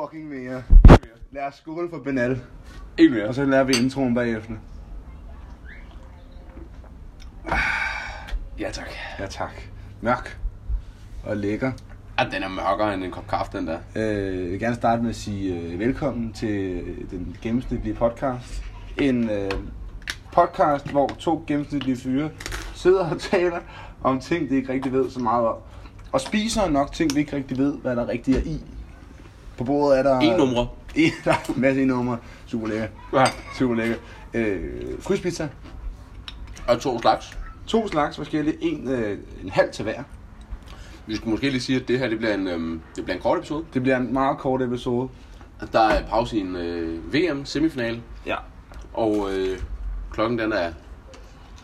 fucking mere. Lad os skåle for Benal. Ikke mere. Og så lærer vi introen bagefter. Ja, tak. Ja tak. Mørk og lækker. Ah, den er mørkere end en kop kaffe, den der. Øh, jeg vil gerne starte med at sige øh, velkommen til øh, den gennemsnitlige podcast. En øh, podcast, hvor to gennemsnitlige fyre sidder og taler om ting, de ikke rigtig ved så meget om. Og spiser nok ting, vi ikke rigtig ved, hvad der rigtigt er i. På bordet er der... En numre. En, der er en masse en numre. Super lækker. Ja. Super lækker. Øh, fryspizza. Og to slags. To slags forskellige. En, øh, en halv til hver. Vi skal måske lige sige, at det her det bliver en, øhm, det bliver en kort episode. Det bliver en meget kort episode. Der er pause i en øh, VM-semifinale, Ja. og øh, klokken den er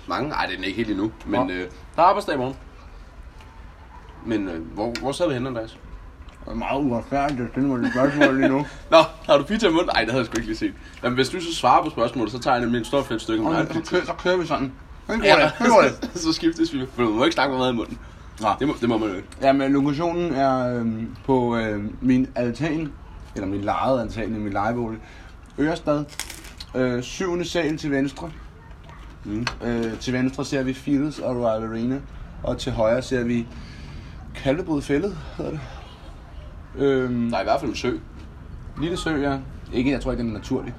mange. Nej, den er ikke helt endnu, men Nå. øh, der er arbejdsdag i morgen. Men øh, hvor, hvor sidder vi henne, Andreas? Og meget uretfærdigt, det må det spørgsmål lige nu. Nå, har du pizza i munden? Nej, det havde jeg sgu ikke lige set. Men hvis du så svarer på spørgsmålet, så tager jeg nemlig et stort fedt stykke med Og dig. så, kører, så kører vi sådan. Sådan går Ja, det, sådan går det. så skiftes vi. For du må ikke snakke med mad i munden. Nej. Det må, det må man jo ikke. Ja, men lokationen er øhm, på øhm, min altan, eller min lejede altan i min lejebolig. Ørestad, øh, syvende sal til venstre. Mm. Øh, til venstre ser vi Fields og Royal Arena, og til højre ser vi Kaldebrud Fællet, hedder det. Øhm, Der er i hvert fald en sø, Lille sø, ja. Ikke, jeg tror ikke, den er naturlig.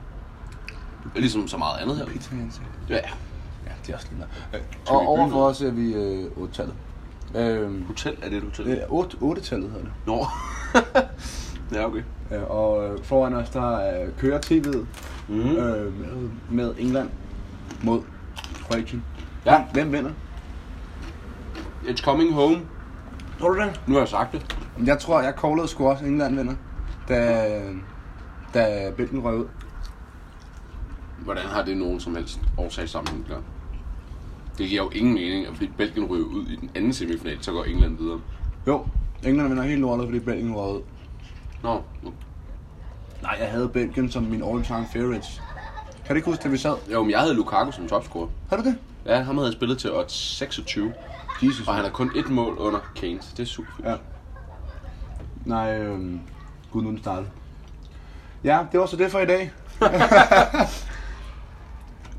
ligesom så meget andet her. Peter Jensen. Ja, Ja, det er også lige meget. Øh, vi og begynde overfor med- os er vi øh, 8-tallet. Øh, hotel er det et hotel. 8, 8-tallet hedder det. Nå. ja, okay. Øh, og øh, foran os, der øh, kører tv'et Mm. øh, med, med England mod Kroatien. Ja. Hvem- Hvem vinder? It's coming home. Tror du det? Nu har jeg sagt det. Jeg tror, jeg callede sgu også England vinder, da, da Belgien røg ud. Hvordan har det nogen som helst årsag sammen der? Det giver jo ingen mening, at fordi Belgien ryger ud i den anden semifinal, så går England videre. Jo, England vinder helt lortet, fordi Belgien røg ud. Nå, Nej, jeg havde Belgien som min all-time favorites. Kan du ikke huske, da vi sad? jo, men jeg havde Lukaku som topscorer. Har du det? Ja, ham havde jeg spillet til odds 26, Jesus. og han har kun ét mål under Kane, så det er super fedt. Ja. Nej, øhm, gud nu er den startede. Ja, det var så det for i dag.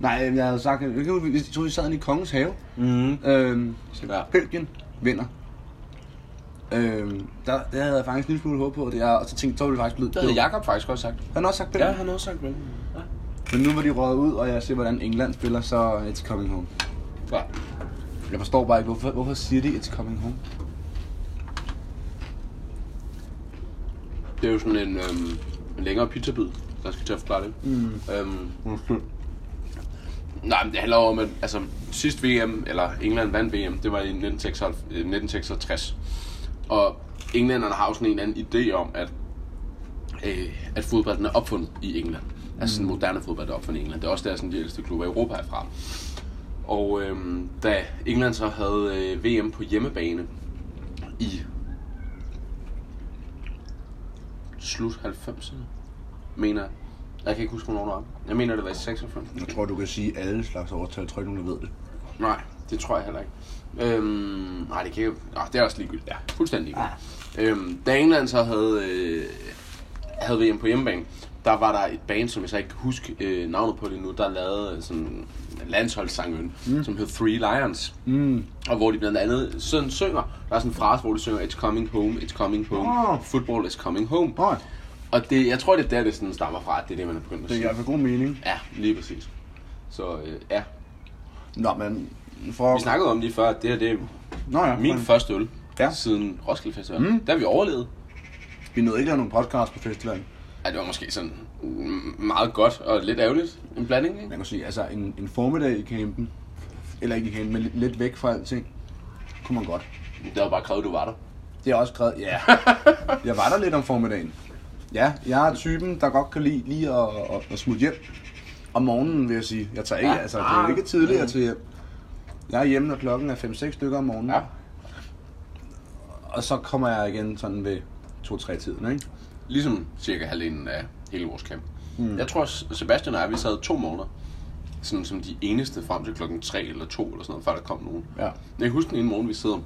Nej, øhm, jeg havde sagt, jeg kan huske, vi- jeg tror, vi sad inde i Kongens Have. Mm. Øhm, Ja. ja. Belgien vinder. Øhm, der, der havde jeg faktisk en lille smule håb på, det er, og så tænkte jeg, så ville det faktisk lyde. Det havde Jakob faktisk også sagt. Han har også sagt Belgien. han har også sagt Belgien. Ja. Men nu var de røget ud, og jeg ser, hvordan England spiller, så it's coming home. Ja. Jeg forstår bare ikke, hvorfor, hvorfor siger de it's coming home? Det er jo sådan en, øhm, en længere pizzabid, der skal til at forklare det. Mm. Øhm, Undskyld. Nej, men det handler om, at altså, sidst VM, eller England vandt VM, det var i 1996, øh, 1966. Og englænderne har jo sådan en eller anden idé om, at, øh, at fodbolden er opfundet i England. Altså sådan moderne fodbold er opfundet i England. Det er også der, sådan, de ældste klubber i Europa er fra. Og øh, da England så havde øh, VM på hjemmebane i slut 90'erne, mener jeg. Jeg kan ikke huske, hvornår det var. Jeg mener, det var i 96. Jeg tror, du kan sige alle slags overtal. Jeg tror ikke, nogen der ved det. Nej, det tror jeg heller ikke. Øhm, nej, det kan ikke... Nå, det er også ligegyldigt. Ja, fuldstændig ligegyldigt. Øhm, da England så havde, øh, havde VM på hjemmebane, der var der et band, som jeg så ikke kan huske øh, navnet på det nu, der lavede øh, sådan en landsholdssangen, mm. som hed Three Lions. Mm. Og hvor de blandt andet sådan synger. Der er sådan en frase, hvor de synger, It's coming home, it's coming home, Åh. football is coming home. Nej, Og det, jeg tror, det er der, det sådan stammer fra, at det er det, man er begyndt at det er i sige. hvert fald god mening. Ja, lige præcis. Så øh, ja, Nå, men for... vi snakkede om lige før, at det her, det er Nå ja, Min men første øl ja. Ja. siden Roskilde Festival, mm. der har vi overlevet. vi nåede ikke at lave nogen podcast på festivalen. Ja, det var måske sådan mm, meget godt og lidt ærgerligt. En blanding, ikke? Man kan sige, altså en, en formiddag i campen, eller ikke i campen, men lidt- lidt væk fra alting, kunne man godt. Det var bare krævet, du var der. Det er også skrevet, ja. Jeg var der lidt om formiddagen. Ja, jeg er typen, der godt kan lide lige at, at, at smutte hjem. Om morgenen, vil jeg sige. Jeg tager ikke, Ja. ja. altså, det er jo ikke tidligere til hjem. Jeg er hjemme, når klokken er 5-6 stykker om morgenen. Ja. Og så kommer jeg igen sådan ved 2-3 tiden, ikke? Ligesom cirka halvdelen af hele vores camp. Mm. Jeg tror, S- Sebastian og jeg, vi sad to måneder. Sådan som de eneste frem til klokken 3 eller 2 eller sådan noget, før der kom nogen. Ja. Men Jeg husker den ene morgen, vi sidder.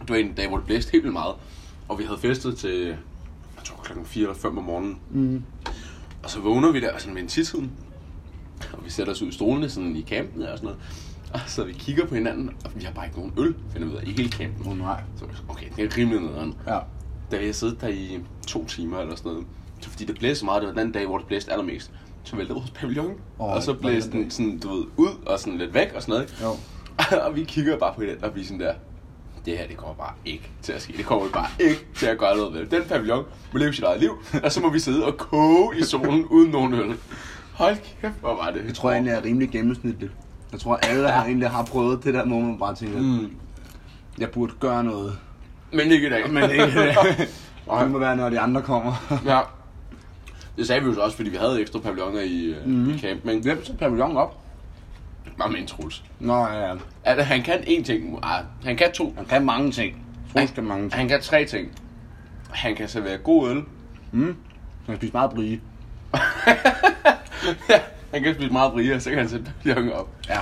Det var en dag, hvor det blæste helt vildt meget. Og vi havde festet til, jeg tror klokken 4 eller 5 om morgenen. Mm. Og så vågner vi der sådan ved en tidtiden. Og vi sætter os ud i stolene sådan i campen og sådan noget. Og så vi kigger på hinanden, og vi har bare ikke nogen øl, finder vi ud af, i hele campen. Oh, nej. Så var jeg sådan, okay, det er rimelig nederen. Ja. Da vi havde siddet der i to timer eller sådan noget, så fordi det blæste så meget, det var den anden dag, hvor det blæste allermest, så væltede vores pavillon, Åh, oh, og så det var den blæste den dag. sådan, du ved, ud og sådan lidt væk og sådan noget. Jo. ikke? og vi kigger bare på hinanden, og vi er sådan der, det her, det kommer bare ikke til at ske. Det kommer vi bare ikke til at gøre noget ved. Den pavillon må leve sit eget liv, og så må vi sidde og koge i solen uden nogen øl. Hold kæft, hvor var det. Jeg tror egentlig, jeg er rimelig gennemsnitligt. Jeg tror, alle der har, egentlig har prøvet det der, hvor man bare tænker, mm. jeg burde gøre noget. Men ikke i dag. Men ikke i dag. Og Nej. det må være, når de andre kommer. Ja. Det sagde vi jo så også, fordi vi havde ekstra pavilloner i, Mhm. mm. i campen. ikke? Hvem så pavillon op? Bare med en Troels. Nå, ja, ja. Altså, han kan én ting. Ah, han kan to. Han kan mange ting. Troels kan mange ting. Han kan tre ting. Han kan servere god øl. Han kan spise meget brie. ja, han kan spise meget brie, og så kan han sætte pavilloner op. Ja.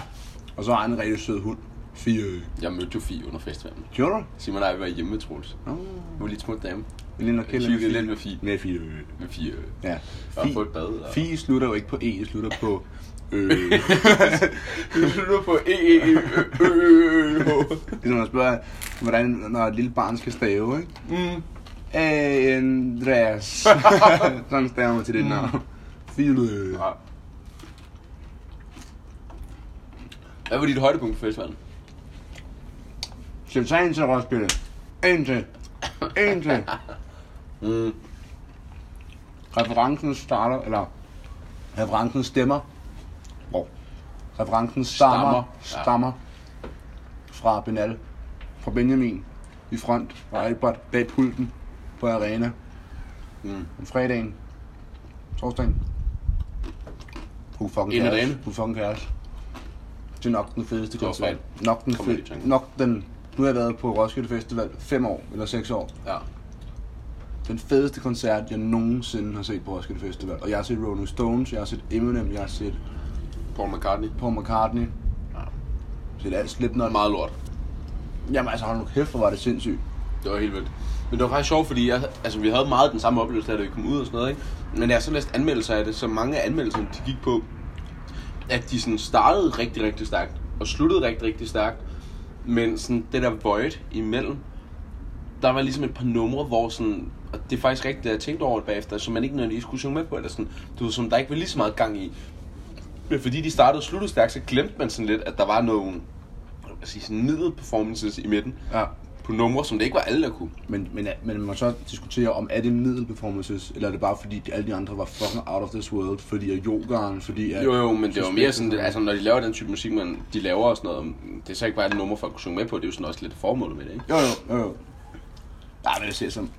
Og så har han en rigtig sød hund. Fire. Jeg mødte jo Fie under festivalen. Gjorde du? Simon og jeg var hjemme med Troels. Nå. Vi var lidt små dame. Vi lige nok Jeg kælder hyggede lidt med Fie. Med fire. Med Fie. øh, Ja. Og få Fi, et bad. Og... fi slutter jo ikke på E, det slutter på øh. Vi slutter på e e e ø ø ø ligesom man spørger, hvordan, når et lille barn skal stave, ikke? Mm. Andreas. Sådan staver man til det navn. File. Ja. Hvad var dit højdepunkt på festivalen? Skal vi tage en til Roskilde? En til. En til. Mm. Referencen starter, eller referencen stemmer. Hvor? Referencen stammer, Stammer, ja. stammer, stammer fra Benal, fra Benjamin, i front, fra Albert, bag pulten på arena. Mm. Om fredagen, torsdagen. Who fucking Ind i cares? dagen. Who fucking cares? Det er nok den fedeste Det var koncert. fredag. Nok den, Kom jeg lige i fed, tanke. nok den, nu har jeg været på Roskilde Festival 5 år, eller 6 år. Ja. Den fedeste koncert, jeg nogensinde har set på Roskilde Festival. Og jeg har set Rolling Stones, jeg har set Eminem, jeg har set Paul McCartney. Paul McCartney. Jeg har set alt Slipknot. Meget lort. Jamen altså, hold nu kæft, hvor var det sindssygt. Det var helt vildt. Men det var faktisk sjovt, fordi jeg, altså, vi havde meget den samme oplevelse, da vi kom ud og sådan noget. Ikke? Men da jeg så læste anmeldelser af det, så mange af anmeldelserne, de gik på, at de sådan startede rigtig, rigtig stærkt, og sluttede rigtig, rigtig stærkt. Men sådan det der void imellem, der var ligesom et par numre, hvor sådan, og det er faktisk rigtigt, at jeg tænkte over det bagefter, som man ikke nødvendigvis skulle synge med på, eller sådan, du ved, som der ikke var lige så meget gang i. Men fordi de startede og sluttede stærkt, så glemte man sådan lidt, at der var nogle, hvad skal jeg sige, sådan middelperformances i midten, Ja. på numre, som det ikke var alle, der kunne. Men, men, men man må så diskutere, om er det middelperformances, eller er det bare fordi alle de andre var fucking out of this world, fordi af yogaen, fordi af... Jo, jo, men det var mere sådan, altså når de laver den type musik, man, de laver og sådan noget, det er så ikke bare et nummer, folk kunne synge med på, det er jo sådan også lidt formålet med det, ikke? Jo, jo, jo, jo. Nej, men det ser som...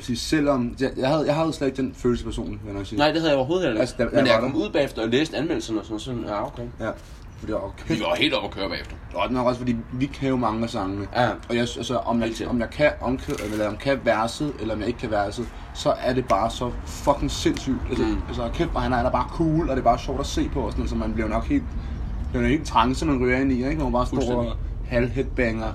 Sige, selvom... Jeg, jeg, havde, jeg havde slet ikke den følelse personligt, vil jeg nok sige. Nej, det havde jeg overhovedet heller ikke. Altså, der- men da der jeg var kom ud bagefter og læste anmeldelserne og sådan, sådan, ja, okay. Ja. Fordi, og Vi kæft, var helt oppe at køre bagefter. og den er også, fordi vi kan jo mange af sangene. Ja. Og jeg, altså, om jeg, Helt sikkert. om jeg kan, om, eller om jeg kan verset, eller om jeg ikke kan verset, så er det bare så fucking sindssygt. Altså, Mm. mm. altså kæft, hvor han er der bare cool, og det er bare sjovt at se på, og sådan, noget, så man bliver jo nok helt, bliver jo helt trance, man ryger ind i, ikke? Hvor man bare står og Fuldstændig. halvheadbanger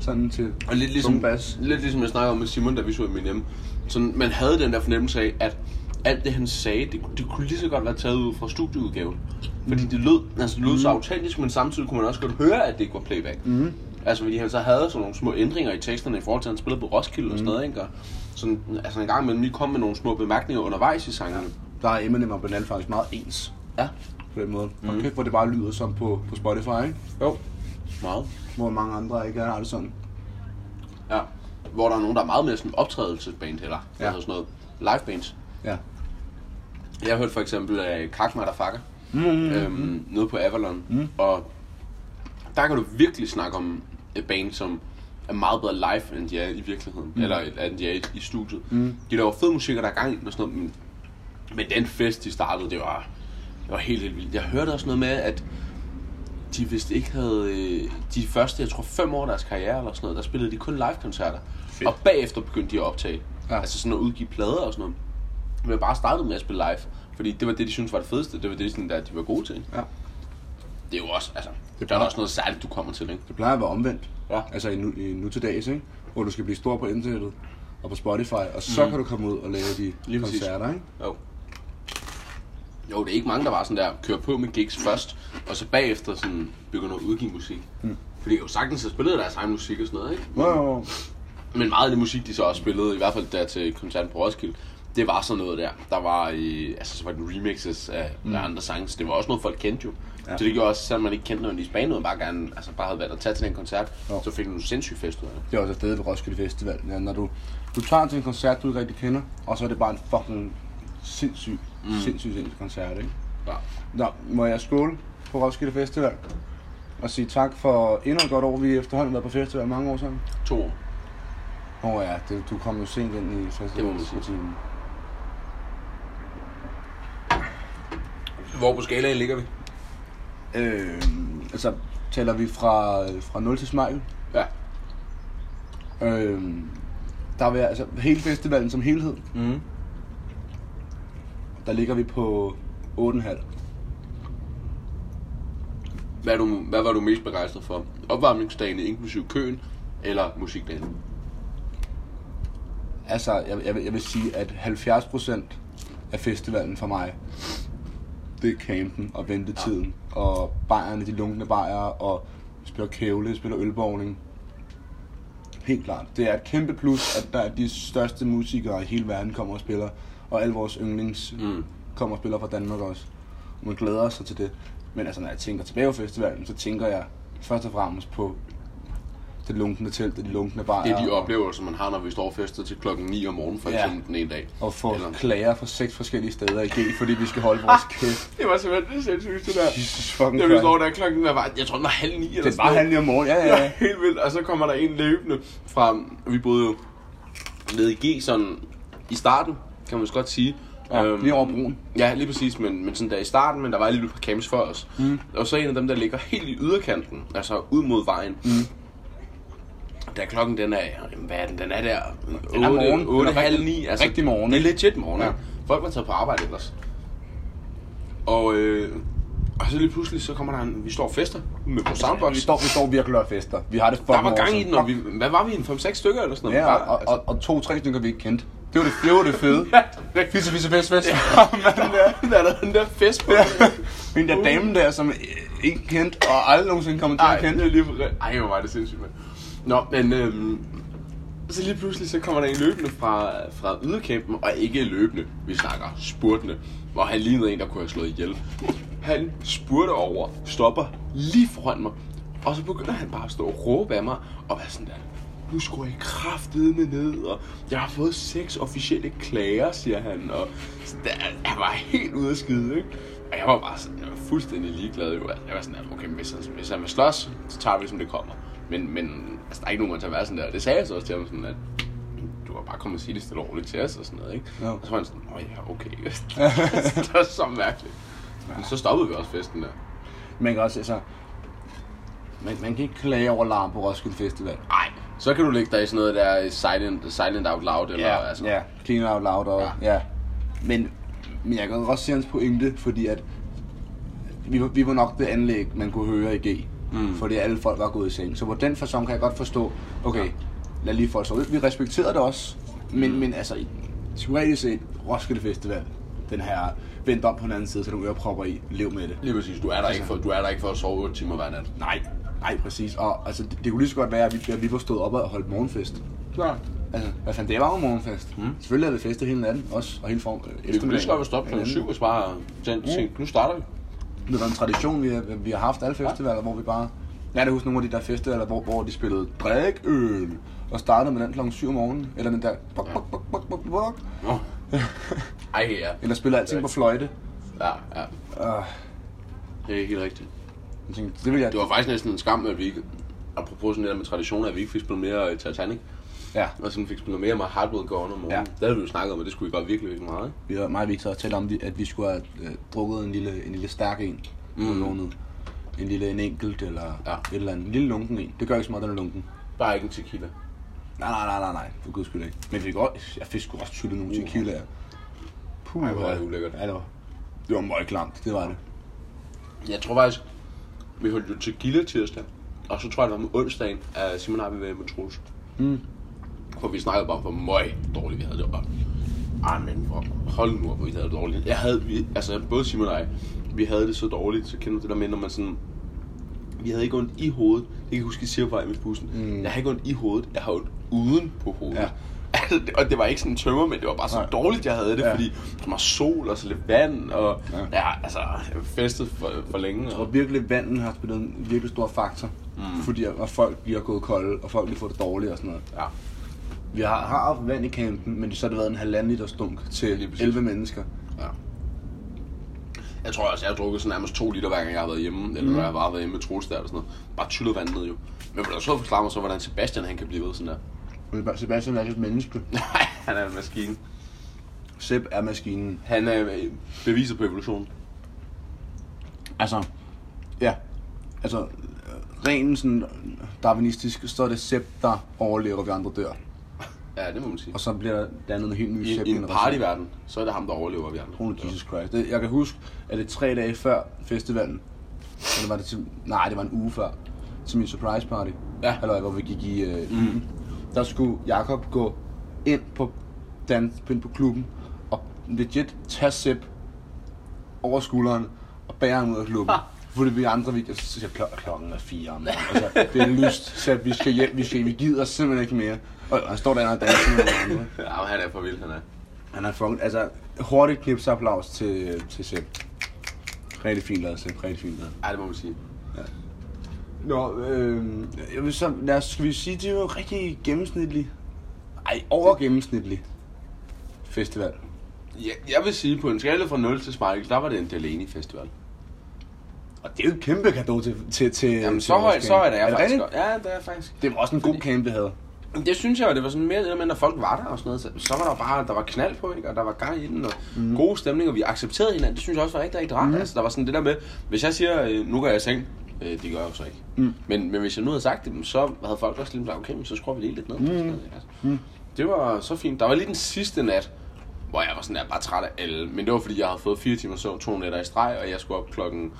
sådan til Og lidt ligesom, Bombas. lidt ligesom jeg snakkede om med Simon, da vi så Eminem. Sådan, man havde den der fornemmelse af, at alt det, han sagde, det, det kunne lige så godt være taget ud fra studieudgaven. Fordi det lød, altså, det lød så autentisk, men samtidig kunne man også godt høre, at det ikke var playback. Mm. Altså, fordi han så havde sådan nogle små ændringer i teksterne i forhold til, at han spillede på Roskilde og sådan noget, ikke? Og sådan, altså en gang imellem lige kom med nogle små bemærkninger undervejs i sangene. Der er Eminem og Banal faktisk meget ens Ja. på den måde. Mm. Og kæft, hvor det bare lyder som på, på Spotify, ikke? Jo. Meget. Hvor mange andre ikke har det sådan. Ja. Hvor der er nogen, der er meget mere sådan optrædelsesband heller. Ja. Ja. Altså sådan noget livebands. Ja. Jeg hørte for eksempel af Kakma, der fakker. Mm, øhm, nede på Avalon. Mm. Og der kan du virkelig snakke om et band, som er meget bedre live, end de er i virkeligheden. Mm. Eller end de er i, i studiet. Mm. De laver fed musik, og der er gang i den og sådan noget. Men, men den fest, de startede, det var, det var helt, helt vildt. Jeg hørte også noget med, at de vist ikke havde... øh, De første, jeg tror, fem år af deres karriere eller sådan noget, der spillede de kun live-koncerter. Fedt. Og bagefter begyndte de at optage. Ja. Ja. Altså sådan at udgive plader og sådan noget. Men jeg bare startede med at spille live, fordi det var det, de syntes var det fedeste. Det var det, sådan, der, de var gode til. Ja. Det er jo også, altså, det der er bare- da også noget særligt, du kommer til, ikke? Det plejer at være omvendt. Ja. Altså i nu, i nu til dags, ikke? Hvor du skal blive stor på internettet. og på Spotify, og så mm. kan du komme ud og lave de Lige præcis. koncerter, ikke? Jo. Jo, det er ikke mange, der var sådan der, kører på med gigs først, og så bagefter sådan begynder at udgive musik. Mm. Fordi jo sagtens har spillet deres egen musik og sådan noget, ikke? Jo, jo, jo. Men meget af det musik, de så også spillede, i hvert fald der til koncerten på Roskilde, det var sådan noget der. Der var, øh, altså, så var det remixes af, mm. af andre sange, så det var også noget, folk kendte jo. Ja. Ja. Så det gjorde også, selvom man ikke kendte noget i Spanien, bare gerne, altså bare havde valgt at tage til den koncert, Jo. så fik du en sindssyg fest ud af det. Det er også et sted ved Roskilde Festival. Ja, når du, du tager til en koncert, du ikke rigtig kender, og så er det bare en fucking sindssyg, mm. sindssyg, sindssyg koncert, ikke? Ja. Nå, må jeg skåle på Roskilde Festival og sige tak for endnu et godt år. Vi har efterhånden været på festival mange år sammen. To år. Åh oh, ja, det, du kom jo sent ind i Det må man sige. festivalrutimen. Hvor på skalaen ligger vi? Øh, altså, taler vi fra, fra 0 til smag. Ja. Øh, der vil jeg- altså hele festivalen som helhed, Mm. der ligger vi på 8,5. Hvad, er du, hvad var du mest begejstret for? Opvarmningsdagen inklusive køen, eller musikdagen? Altså, jeg, jeg, vil- jeg vil sige, at 70% af festivalen for mig, det er campen og ventetiden. Ja. Og bajerne, de lunkne bajere, og spiller kævle, spiller ølborgning. Helt klart. Det er et kæmpe plus, at der er de største musikere i hele verden kommer og spiller. Og alle vores yndlings mm. Mm. kommer og spiller fra Danmark også. Og man glæder sig til det. Men altså, når jeg tænker tilbage på festivalen, så tænker jeg først og fremmest på det lunkne telt, og de lunkne bajer. Det er de og- oplevelser, man har, når vi står festet til klokken 9 om morgenen, for Ja. eksempel ja. den ene dag. og få Eller- klager fra seks forskellige steder i G, fordi vi skal holde vores kæft. Det var simpelthen det sindssygt, det der. Jesus fucking Da vi Christ. står der klokken, hvad var det? jeg tror, den var halv ni eller Det er bare halv ni om morgenen, ja, ja, Ja, ja. helt vildt. Og så kommer der en løbende fra, vi boede jo nede i G, sådan i starten, kan man vist godt sige. Øhm, Ja, lige over broen. Ja, lige præcis, men, men sådan der i starten, men der var lige et par camps for os. Mm. Og så en af dem, der ligger helt i yderkanten, altså ud mod vejen. Mm. Da klokken den er, jamen, hvad er den, den er der? er morgen. Den er 8, halv rigtig- 9. rigtig morgen, Det er legit morgen, Ja. ja. Folk var taget på arbejde ellers. Og, øh, og så lige pludselig, så kommer der en, vi står og fester med på soundbox. Vi står, vi står virkelig og fester. Vi har det fucking Der var gang i awesome. den, og vi, hvad var vi, en 5-6 stykker eller sådan noget? altså- Ja, og, og, og, og to-tre stykker, vi ikke kendte. Det var det, det, var det fede. Ja. Fisse, fisse, fest, fest. der er der den der fest på. Men der dame der, som øh, ikke kendte, og aldrig nogensinde kommer til Ej, at det kende. er lige for Ej, hvor var det sindssygt, mand. Nå, men øhm, så lige pludselig så kommer der en løbende fra, fra yderkæmpen, og ikke løbende, vi snakker spurtende. Og han lignede en, der kunne have slået ihjel. Han spurter over, stopper lige foran mig, og så begynder han bare at stå og råbe af mig, og være sådan der, nu skulle jeg kraftedeme ned, og jeg har fået seks officielle klager, siger han, og sådan der, han var helt ude af skide, ikke? Og jeg var bare sådan, jeg var fuldstændig ligeglad jo. Altså, Jeg var sådan, der, okay, men hvis han, hvis han vil slås, så tager vi det, som det kommer. Men, men altså, der er ikke nogen grund til at være sådan der. Det sagde jeg så også til ham sådan, at du var bare kommet og sige det stille og roligt til os og sådan noget, ikke? Jo. Og så var han sådan, åh ja, okay. det var så mærkeligt. Men så stoppede vi også festen der. Man kan også, altså... Man, man kan ikke klage over larm på Roskilde Festival. Nej, så kan du lægge dig i sådan noget der silent, silent out loud, eller Ja, altså. ja. Clean out loud og, ja. Ja. ja. Men, men jeg kan også se hans pointe, fordi at vi, var- vi var nok det anlæg, man kunne høre i G. Mm. Fordi alle folk var gået i seng. Så på den fasong kan jeg godt forstå, okay, Ja. lad lige folk så ud. Vi respekterede det også, men, mm. men altså, i- teoretisk set, Roskilde Festival, den her vendt om på den anden side, så du ørepropper i, lev med det. Lige præcis, du er der, ikke for, du er der ikke for at sove 8 timer hver nat. Nej, nej, præcis. Og altså, det, det kunne lige så godt være, at vi, at vi var stået op og holdt morgenfest. Klar. Altså, hvad fanden, det var jo morgenfest. Mm. Selvfølgelig havde vi festet hele natten, også, og hele form. øh, Vi kunne lige så godt være eftermiddagen. stoppet kl. Hinanden. 7 og bare tænkt, tænkt, nu starter vi. Det var en tradition, vi har, vi har haft alle festivaler, hvor vi bare... Jeg kan da huske nogle af de der festivaler, hvor, hvor de spillede drikøl, og startede med den klokken 7 om morgenen, eller den der... Bok, bok, bok, bok, bok, bok, Nå. Ej, ja. eller spillede alting på fløjte. Ja, ja. Uh, Det er helt rigtigt. jeg tænkte, det vil jeg... Det var faktisk næsten en skam, at vi ikke... Apropos sådan det der med traditioner, at vi ikke fik spillet mere øh, Titanic. Ja, Og sådan fik spillet mere med Hardwood Gone om morgenen. Ja. Ja. Der havde vi jo snakket om, at det skulle vi godt virkelig, virkelig meget. ikke? vi var meget vigtigt at tale om, vi- at vi skulle have øh, drukket en lille, en lille stærk en, mm. lånet. En lille, en enkelt, eller ja. Ja. et eller andet. En lille lunken en. Det gør ikke så meget, den er lunken. Bare ikke en tequila. Nej, nej, nej, nej, nej. For guds skyld ikke. Men vi fik også, jeg fik sgu også tullet nogle tequilaer. Puh, Ej, hvor er det ulækkert. Ja, det var, det var meget klamt, det var det. Jeg tror faktisk, vi holdt jo tequila tirsdag. Og så tror jeg, det var om onsdagen, at Simon har vi været med Troels. Mm. For på, vi snakkede bare om, hvor møg dårligt vi havde det. Og bare, ej, men hvor, hold nu op, hvor vi havde det dårligt. Jeg havde, vi, altså både Simon og jeg, vi havde det så dårligt, så kender du det der med, når man sådan, vi havde ikke ondt i hovedet. Det kan jeg huske, jeg siger på vej med bussen. Mm. Mm. Jeg har ikke ondt i hovedet, jeg har ondt uden på hovedet. Ja. Ja. Altså, det- og det var ikke sådan en tømmer, men det var bare så Nej. dårligt, jeg havde det, Ja. ja. fordi der var sol og så lidt vand, og Ja. ja, ja altså, jeg festede for, for længe. Jeg tror Og, virkelig, vandet har spillet en virkelig stor faktor. Mm. Fordi at at folk bliver gået kolde, og folk bliver fået det dårligt og sådan noget. ja. Vi har, har haft vand i campen, men så har det været en halvanden liter stunk Lige til præcis. 11 mennesker. Ja. Jeg tror også, jeg har drukket sådan nærmest to liter, hver gang jeg har været hjemme, eller når jeg har bare været hjemme med Troels der og sådan noget. Bare tyllet vand ned jo. Men vil du så forklare mig så, hvordan Sebastian han kan blive ved sådan der? Og Sebastian er ikke et menneske. Nej, han er en maskine. Sepp er maskinen. Han er øh, beviset på evolutionen. Altså, ja. Altså, øh, rent sådan øh, darwinistisk, så er det Sepp, der overlever, og vi andre dør. Ja, det må man sige. Og så bliver der dannet en helt ny I, Sepp i en partyverden, så er det ham, der overlever vi andre. Holy Jesus Christ. Det, jeg kan huske, at det er tre dage før festivalen, eller var det til, nej, det var en uge før, til min surprise party, Ja. eller hvor vi gik i øh, mm. der skulle Jakob gå ind på, dans, ind på klubben, og legit tage Sepp over skulderen, og bære ham ud af klubben. Fordi vi andre, vi jeg siger, klo- klokken er fire om morgenen. Altså, det er lyst, så vi skal hjem, vi, skal, vi gider simpelthen ikke mere. Og han står der og danser med nogle andre. Ja, men han er for vild, han er. Han har funget, altså hurtigt knipsapplaus til, til Sepp. Rigtig fint lavet, Sepp. Rigtig fint lavet. Ja, det må man sige. Nå, øh, øhm, jeg vil så, lad os, skal vi sige, det er jo rigtig gennemsnitlig. Ej, over gennemsnitlig festival. Jeg, jeg vil sige, på en skala fra 0 til Sparkle, der var det en Delaney-festival. Og det er jo et kæmpe gave til, til, til Jamen, til så højt, vores så er det camp. jeg faktisk rigtigt? godt. Ja, det er jeg faktisk. Det var også en god camp, vi havde. Men Det synes jeg, og det var sådan mere eller mindre, at folk var der og sådan noget. Så, så var der bare, der var knald på, ikke? og der var gang i den, og mm. gode stemning, og vi accepterede hinanden. Det synes jeg også var rigtig, rigtig rart. Mm. Altså, der var sådan det der med, hvis jeg siger, øh, nu går jeg i seng, øh, det gør jeg jo så ikke. Mm. Men, men hvis jeg nu havde sagt det, dem, så havde folk også lige sagt, okay, men så skruer vi lige lidt ned. Mm. Sådan, noget, ikke? altså. mm. Det var så fint. Der var lige den sidste nat, hvor jeg var sådan der bare træt af alle. Men det var fordi, jeg havde fået fire timer søvn to nætter i streg, og jeg skulle op klokken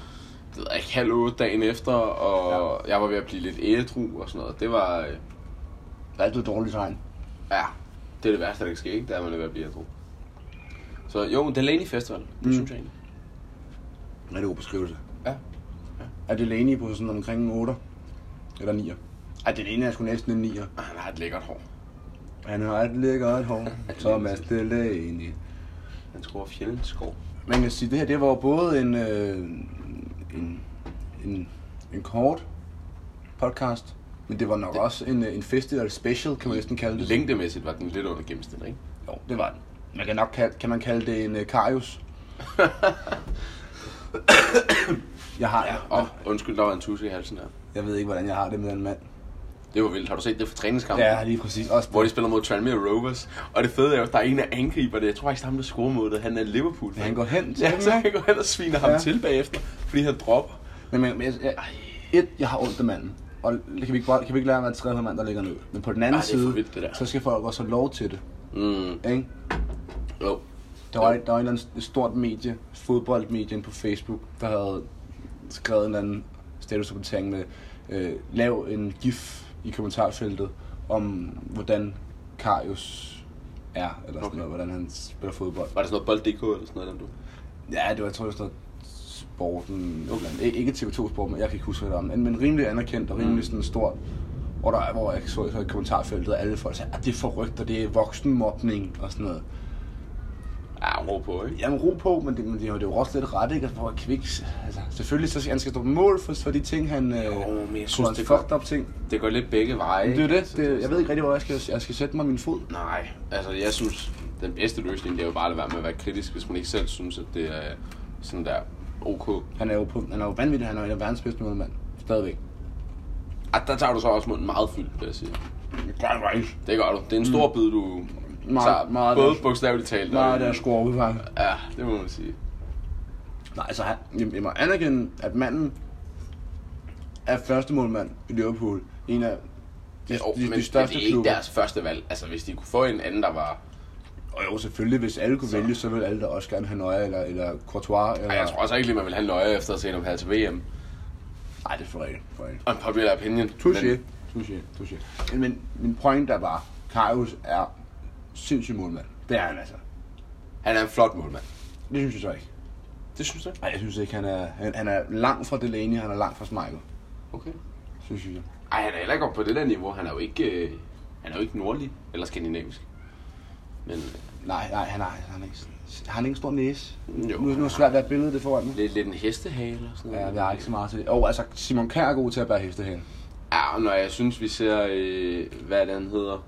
det ved jeg ikke, halv otte dagen efter, og ja. jeg var ved at blive lidt ædru og sådan noget. Det var, øh, Det er altid et dårligt tegn. Ja, det er det værste, der kan ske, ikke? Der er man er ved at blive ædru. Så jo, Delaney Festival, det mm. synes jeg egentlig. Rigtig god beskrivelse. Ja. Er det Laney på sådan omkring en 8 eller 9'er? Ej, den ene er sgu næsten en 9'er. Og Ah, han har et lækkert hår. Han har et lækkert hår, Thomas Delaney. Han tror fjenden skov. Man kan sige, at det her det var jo både en, øh, en, en, en kort podcast, men det var nok det. også en, øh, en festival special, kan man næsten kalde det. Længdemæssigt var den lidt under gennemsnittet, ikke? Jo, det var den. Man kan nok kalde, kan man kalde det en øh, Karius. jeg har, ja, Og undskyld, der var en tusse i halsen der. jeg ved ikke, hvordan jeg har det med den mand. Det var vildt. Har du set det for træningskampen? Ja, lige præcis. Også Hvor de spiller mod Tranmere Rovers. Og det fede er jo, at der er en af angriberne. Jeg tror faktisk, det er ham, der scorer mod det. Han er Liverpool. Ja, han går hen til ja, dem, så ikke? han går hen og sviner ham Ja. til bagefter, fordi han dropper. Men, men, men jeg, jeg, et, jeg har ondt af manden. Og kan vi ikke, bare- kan vi ikke lade være med at træde på mand, der ligger ned. Men på den anden Ej, det er for side, vildt, det der. så skal folk også have lov til det. Mm. Ikke? Jo. Der var, der var en eller anden stort medie, fodboldmedie inde på Facebook, der havde skrevet en eller anden statusopdatering med, øh, lav en gif i kommentarfeltet om, hvordan Karius er, eller sådan Okay. noget, hvordan han spiller fodbold. Var det sådan noget bold.dk eller sådan noget, den du? Ja, det var, jeg tror, det var sporten, okay. eller, ikke TV2 Sport, men jeg kan ikke huske, hvad det var, men, men rimelig anerkendt og rimelig sådan stor. Hvor, der, hvor jeg så, så i kommentarfeltet, at alle folk sagde, at det er forrygt, og det er voksenmobning og sådan noget. Ja, ro på, ikke? Jamen ro på, men det, men det er jo det er jo også lidt ret, ikke? Altså, Hvor Kvik, altså, selvfølgelig så skal han skal stå på mål for, for de ting, han... Jo, men jeg synes, han det fucked er godt. up ting. Det går lidt begge veje. Men det er jo ikke? det. Så det jeg ved ikke rigtig, hvor jeg skal, jeg skal sætte mig min fod. Nej, altså jeg synes, den bedste løsning, det er jo bare at lade være med at være kritisk, hvis man ikke selv synes, at det er sådan der ok. Han er jo, på, han er jo vanvittig, han er jo en af verdens bedste målmænd. Stadigvæk. Ah, der tager du så også munden meget fyldt, vil jeg sige. Det gør jeg ikke. Det gør du. Det er en stor bid, du Mm. Meget- tager, meget både der- bogstaveligt talt. og- Nej, der er sgu overudgang. Ja, det må man sige. Nej, altså han, jeg, jeg må anerkende, at manden er første målmand i Liverpool. En af de, Jo, de, men, de største men det er ikke klubber. deres første valg. Altså, hvis de kunne få en anden, der var... Og jo, selvfølgelig, hvis alle kunne vælge, så ville alle da også gerne have Nøje eller, eller Courtois. Eller... Ej, jeg tror altså ikke lige, man ville have nøje efter at se dem her til VM. Ej, det er for rigtigt. For rigtigt. Unpopular opinion. Touché. Men, Touché. Touché. Men min point er bare, Karius er sindssyg målmand. Det er han altså. Han er en flot målmand. Det synes jeg så ikke. Det synes jeg. Nej, jeg synes ikke, han er, han, han er langt fra Delaney, han er langt fra Schmeichel. Okay. Synes jeg. Ej, han er heller ikke oppe på det der niveau. Han er jo ikke, øh, han er jo ikke nordlig eller skandinavisk. Men øh, Nej, nej, han har, han har ikke, sådan- har han ikke en stor næse. Jo. Nu, nu er det svært at være billedet det foran mig. lidt, lidt en hestehale eller sådan Ja, jeg er ikke så meget til det. Og altså, Simon Kjær er god til at bære hestehæl. Ja, og når jeg synes, vi ser, øh, hvad er det, han hedder,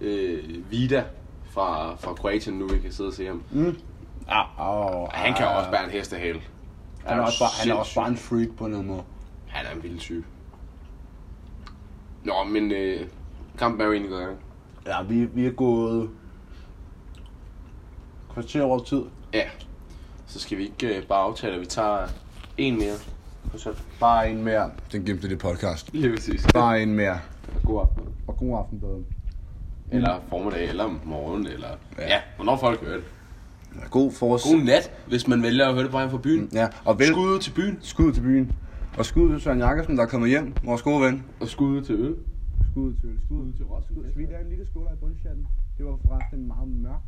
øh, Vida fra, fra Kroatien nu, vi kan sidde og se ham. Mm. Ja, Og, han kan også bære en hestehale. Han er, også bare, han er også sindssyg. bare en freak på en eller anden måde. Han er en vild type. Nå, men øh, kampen er jo egentlig gået i gang. Ja, vi, vi er gået kvarter over tid. Ja, så skal vi ikke øh, bare aftale, at vi tager en mere. Og så Bare en mere. Den gennemsnitlige podcast. lige præcis. Bare en mere. God aften. Og god aften, både. Eller formiddag, eller morgen, eller... Ja. Ja, ja hvornår folk hører det. God forårs... God nat, hvis man vælger at høre det på vej fra byen. Ja, og vel... Skud ud til byen. Skud til byen. Og skud til Søren Jakobsen, der er kommet hjem. Vores gode ven. Og skud ud til øl. Skud til skud. til Roskilde. Så vi lavede en lille skål her i bundschatten. Det var forresten en meget mørk...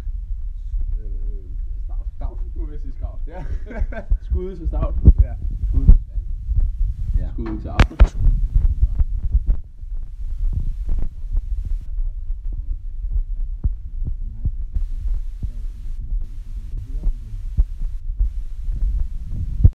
Øh, øh, stav, stav. Nu vil jeg sige skavt. Ja. Skud til stavt. ja. Skud. Ja. Skud til aften.